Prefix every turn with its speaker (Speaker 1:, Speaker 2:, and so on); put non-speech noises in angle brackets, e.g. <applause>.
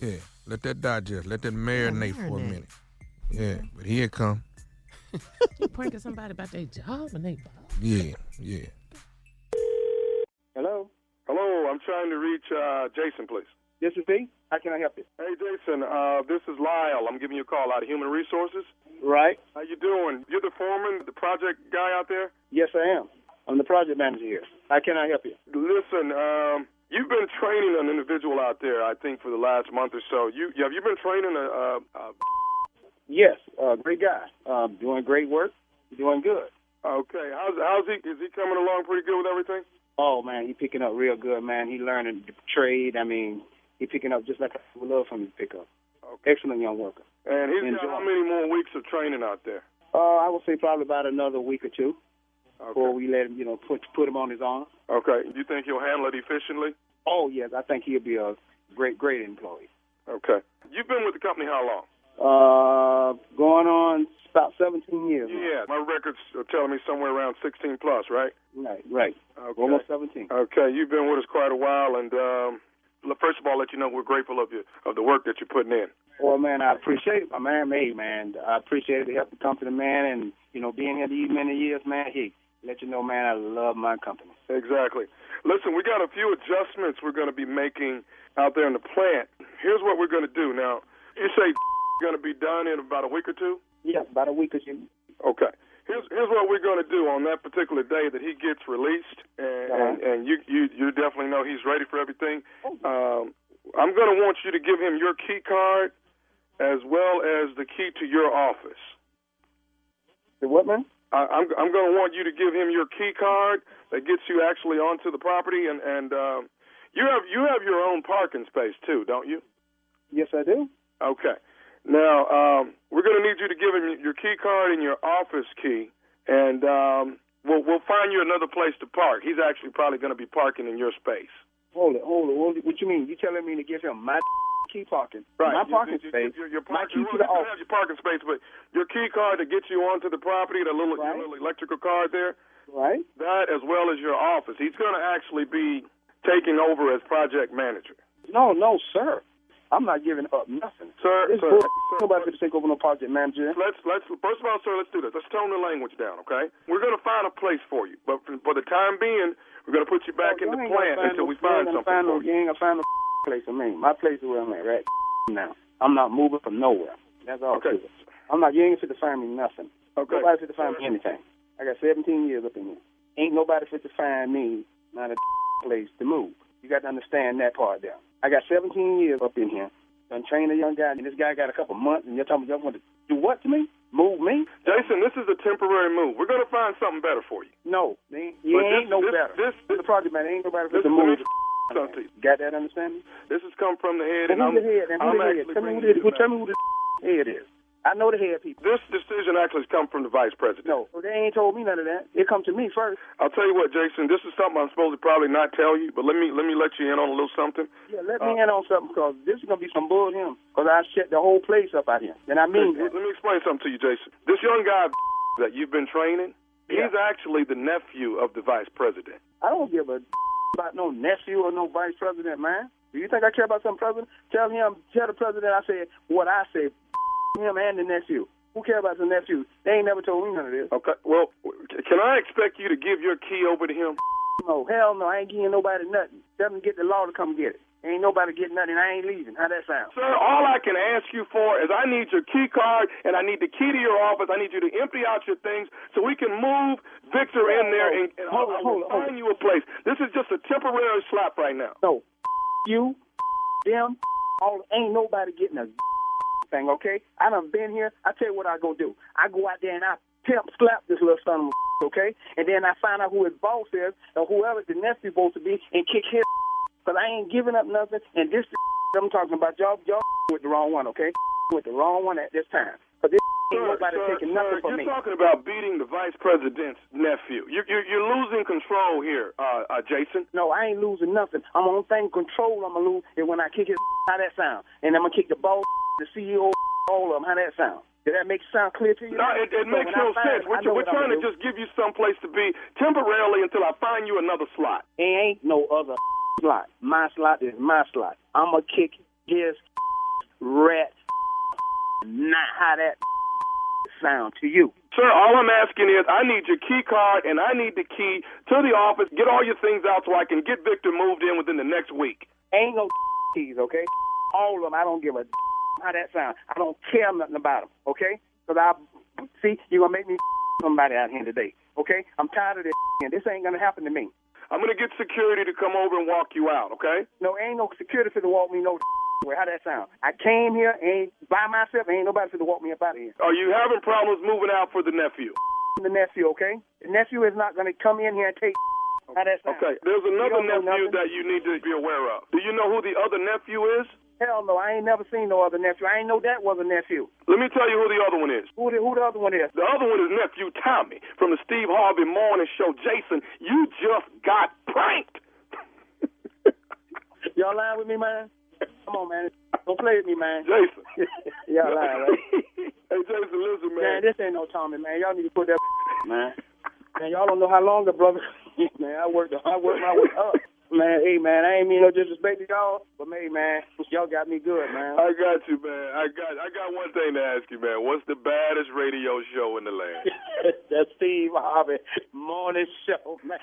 Speaker 1: Yeah, let that digest. Let that marinate for a
Speaker 2: marinate.
Speaker 1: minute. Yeah, but here it come.
Speaker 2: You pranking somebody about their job and they boss.
Speaker 1: Yeah, yeah.
Speaker 3: Hello,
Speaker 4: Hello, I'm trying to reach uh, Jason, please.
Speaker 3: this is D. How can I help you?
Speaker 4: Hey, Jason, uh, this is Lyle. I'm giving you a call out of Human Resources.
Speaker 3: Right.
Speaker 4: How you doing? You're the foreman, the project guy out there.
Speaker 3: Yes, I am. I'm the project manager here. How can I help you?
Speaker 4: Listen, um, you've been training an individual out there, I think, for the last month or so. You have you been training a, a, a
Speaker 3: Yes, uh, great guy. Um, doing great work. Doing good.
Speaker 4: Uh, Okay, how's how's he? Is he coming along pretty good with everything?
Speaker 3: Oh man, he picking up real good, man. He learning the trade. I mean, he picking up just like I would love for him to pick up.
Speaker 4: Okay.
Speaker 3: Excellent young worker.
Speaker 4: And he's got
Speaker 3: Enjoy.
Speaker 4: how many more weeks of training out there?
Speaker 3: Uh, I would say probably about another week or two before
Speaker 4: Okay.
Speaker 3: we let him, you know, put put him on his arm.
Speaker 4: Okay. You think he'll handle it efficiently?
Speaker 3: Oh yes, I think he'll be a great great employee.
Speaker 4: Okay. You've been with the company how long?
Speaker 3: Uh, going on about 17 years. now.
Speaker 4: Yeah, my records are telling me somewhere around 16 plus, right?
Speaker 3: Right, right.
Speaker 4: Okay.
Speaker 3: Almost 17.
Speaker 4: Okay, you've been with us quite a while, and um, l- first of all, let you know we're grateful of you of the work that you're putting in.
Speaker 3: Well, man, I appreciate it. My man, hey, man, I appreciate the help the company, man, and you know, being here these many years, man. Hey, let you know, man, I love my company.
Speaker 4: Exactly. Listen, we got a few adjustments we're going to be making out there in the plant. Here's what we're going to do now. You say <laughs> going to be done in about a week or two.
Speaker 3: Yeah, about a week or two.
Speaker 4: Okay. Here's here's what we're going to do on that particular day that he gets released, and and, and you you you definitely know he's ready for everything. Um, I'm going to want you to give him your key card, as well as the key to your office.
Speaker 3: The what, man?
Speaker 4: I, I'm I'm going to want you to give him your key card that gets you actually onto the property, and and um, you have you have your own parking space too, don't you?
Speaker 3: Yes, I do.
Speaker 4: Okay. Now, um, we're going to need you to give him your key card and your office key, and um, we'll, we'll find you another place to park. He's actually probably going to be parking in your space.
Speaker 3: Hold it, hold it, hold it. What you mean? You telling me to give him my <laughs> key parking? My
Speaker 4: You-
Speaker 3: parking
Speaker 4: you- you-
Speaker 3: space.
Speaker 4: Your, your
Speaker 3: my key
Speaker 4: parking,
Speaker 3: to the
Speaker 4: well, you still
Speaker 3: office.
Speaker 4: have your parking space, but your key card that gets you onto the property, that little, your
Speaker 3: Right.
Speaker 4: little electrical card there,
Speaker 3: Right?
Speaker 4: that as well as your office. He's going to actually be taking over as project manager.
Speaker 3: No, no, sir. I'm not giving up nothing.
Speaker 4: Sir,
Speaker 3: This
Speaker 4: sir,
Speaker 3: bull-
Speaker 4: sir,
Speaker 3: Nobody could take over no project manager.
Speaker 4: Let's let's first of all, sir, let's do this. Let's tone the language down, okay? We're gonna find a place for you, but for, for the time being, we're gonna put you back
Speaker 3: Oh,
Speaker 4: in
Speaker 3: you ain't
Speaker 4: the plant
Speaker 3: gonna
Speaker 4: until
Speaker 3: no-
Speaker 4: we
Speaker 3: you ain't
Speaker 4: find
Speaker 3: gonna
Speaker 4: something
Speaker 3: find no-
Speaker 4: for you.
Speaker 3: You ain't gonna find no <laughs> place for me. My place is where I'm at right <laughs> now. I'm not moving from nowhere. That's all.
Speaker 4: Okay.
Speaker 3: to it. I'm not. You ain't fit to find me nothing.
Speaker 4: Okay.
Speaker 3: Nobody fit to find me anything. I got 17 years up in here. Ain't nobody fit to find me not a <laughs> place to move. You got to understand that part there. I got 17 years up in here. Done trained a young guy, and this guy got a couple months, and you're talking about y'all want to do what to me? Move me?
Speaker 4: Jason, this is a temporary move. We're gonna find something better for you.
Speaker 3: No, man, you
Speaker 4: But
Speaker 3: ain't
Speaker 4: this-
Speaker 3: no
Speaker 4: this-
Speaker 3: better.
Speaker 4: this-
Speaker 3: I'm the project man, ain't nobody fit
Speaker 4: This
Speaker 3: to move.
Speaker 4: is <laughs> something.
Speaker 3: Got that understanding?
Speaker 4: This has come from the head,
Speaker 3: Well,
Speaker 4: and I'm,
Speaker 3: who's the head? And who
Speaker 4: I'm
Speaker 3: the head?
Speaker 4: actually
Speaker 3: Tell me who
Speaker 4: bringing
Speaker 3: the
Speaker 4: you
Speaker 3: well,
Speaker 4: the
Speaker 3: tell me who the head is. I know the head people.
Speaker 4: This decision actually has come from the vice president.
Speaker 3: No, well, Oh, they ain't told me none of that. It come to me first.
Speaker 4: I'll tell you what, Jason. This is something I'm supposed to probably not tell you, but let me let me let you in on a little something.
Speaker 3: Yeah, let me in on something because this is gonna be some bull him. Because I shut the whole place up out here, and I mean
Speaker 4: Let
Speaker 3: that.
Speaker 4: me explain something to you, Jason. This young guy that you've been training,
Speaker 3: Yeah.
Speaker 4: he's actually the nephew of the vice president.
Speaker 3: I don't give a <laughs> about no nephew or no vice president, man. Do you think I care about some president? Tell him, tell the president I said what I say. <laughs> Him and the nephew. Who care about the nephew? They ain't never told me none of this.
Speaker 4: Okay. Well, can I expect you to give your key over to him?
Speaker 3: No, hell no, I ain't giving nobody nothing. Tell them to get the law to come get it. Ain't nobody getting nothing. I ain't leaving. How that sound?
Speaker 4: Sir, all I can ask you for is I need your key card and I need the key to your office. I need you to empty out your things so we can move Victor in there and, and
Speaker 3: Hold
Speaker 4: I'll,
Speaker 3: on, hold on,
Speaker 4: I'll
Speaker 3: hold on.
Speaker 4: find you a place. This is just a temporary slap right now.
Speaker 3: No, you, them, all ain't nobody getting a thing, okay? I done been here. I tell you what I go do. I go out there and I pimp slap this little son of a okay? And then I find out who his boss is or whoever the nephew supposed to be and kick his because I ain't giving up nothing. And this I'm talking about y'all, y'all with the wrong one, okay? With the wrong one at this time. Because this ain't
Speaker 4: Sir,
Speaker 3: nobody
Speaker 4: sir,
Speaker 3: taking nothing
Speaker 4: sir,
Speaker 3: from me.
Speaker 4: you're talking about beating the vice president's nephew. You're, you're, you're losing control here, uh, uh, Jason.
Speaker 3: No, I ain't losing nothing. I'm on thing control. I'm gonna lose and when I kick his how that sound, and I'm gonna kick the ball, the CEO, all of them. How that sound? Did that make sound clear to you?
Speaker 4: No, it,
Speaker 3: So
Speaker 4: it makes
Speaker 3: when I
Speaker 4: no
Speaker 3: find-
Speaker 4: sense.
Speaker 3: I
Speaker 4: We're,
Speaker 3: know
Speaker 4: we're
Speaker 3: what I'ma
Speaker 4: trying to
Speaker 3: do.
Speaker 4: just give you some place to be temporarily until I find you another slot.
Speaker 3: It ain't no other slot. My slot is my slot. I'm gonna kick his rat not how that sound to you.
Speaker 4: Sir, all I'm asking is I need your key card and I need the key to the office. Get all your things out so I can get Victor moved in within the next week.
Speaker 3: Ain't no <laughs> keys, okay? All of them, I don't give a <laughs> how that sound. I don't care nothing about them, okay? Because I see you're gonna make me <laughs> somebody out here today, okay? I'm tired of this, <laughs> and this ain't gonna happen to me.
Speaker 4: I'm going to get security to come over and walk you out, okay?
Speaker 3: No, ain't no security for to walk me no <laughs> where. How that sound? I came here ain't by myself. Ain't nobody for to walk me up out of here.
Speaker 4: Are you having problems moving out for the nephew?
Speaker 3: The nephew, okay? The nephew is not gonna come in here and take. <laughs> How that sound?
Speaker 4: Okay, there's another
Speaker 3: don't know nothing?
Speaker 4: nephew that you need to be aware of. Do you know who the other nephew is?
Speaker 3: Hell no, I ain't never seen no other nephew. I ain't know that was a nephew.
Speaker 4: Let me tell you who the other one is.
Speaker 3: Who the who the other one is?
Speaker 4: The other one is nephew Tommy from the Steve Harvey Morning Show. Jason, you just got pranked.
Speaker 3: Y'all lying with me, man? Come on, man. Don't play with me, man.
Speaker 4: Jason.
Speaker 3: Y'all lying, right?
Speaker 4: <laughs> hey, Jason, listen,
Speaker 3: <laughs> Man,
Speaker 4: man.
Speaker 3: this ain't no Tommy, man. Y'all need to put that <laughs> man. Man, y'all don't know how long the brother. <laughs> man, I worked. I worked my way up. Man, hey, man, I ain't mean no disrespect to y'all, but hey, man, y'all got me good, man. <laughs>
Speaker 4: I got you, man. I got I got one thing to ask you, man. What's the baddest radio show in the land?
Speaker 3: <laughs> That's Steve Harvey morning show, man.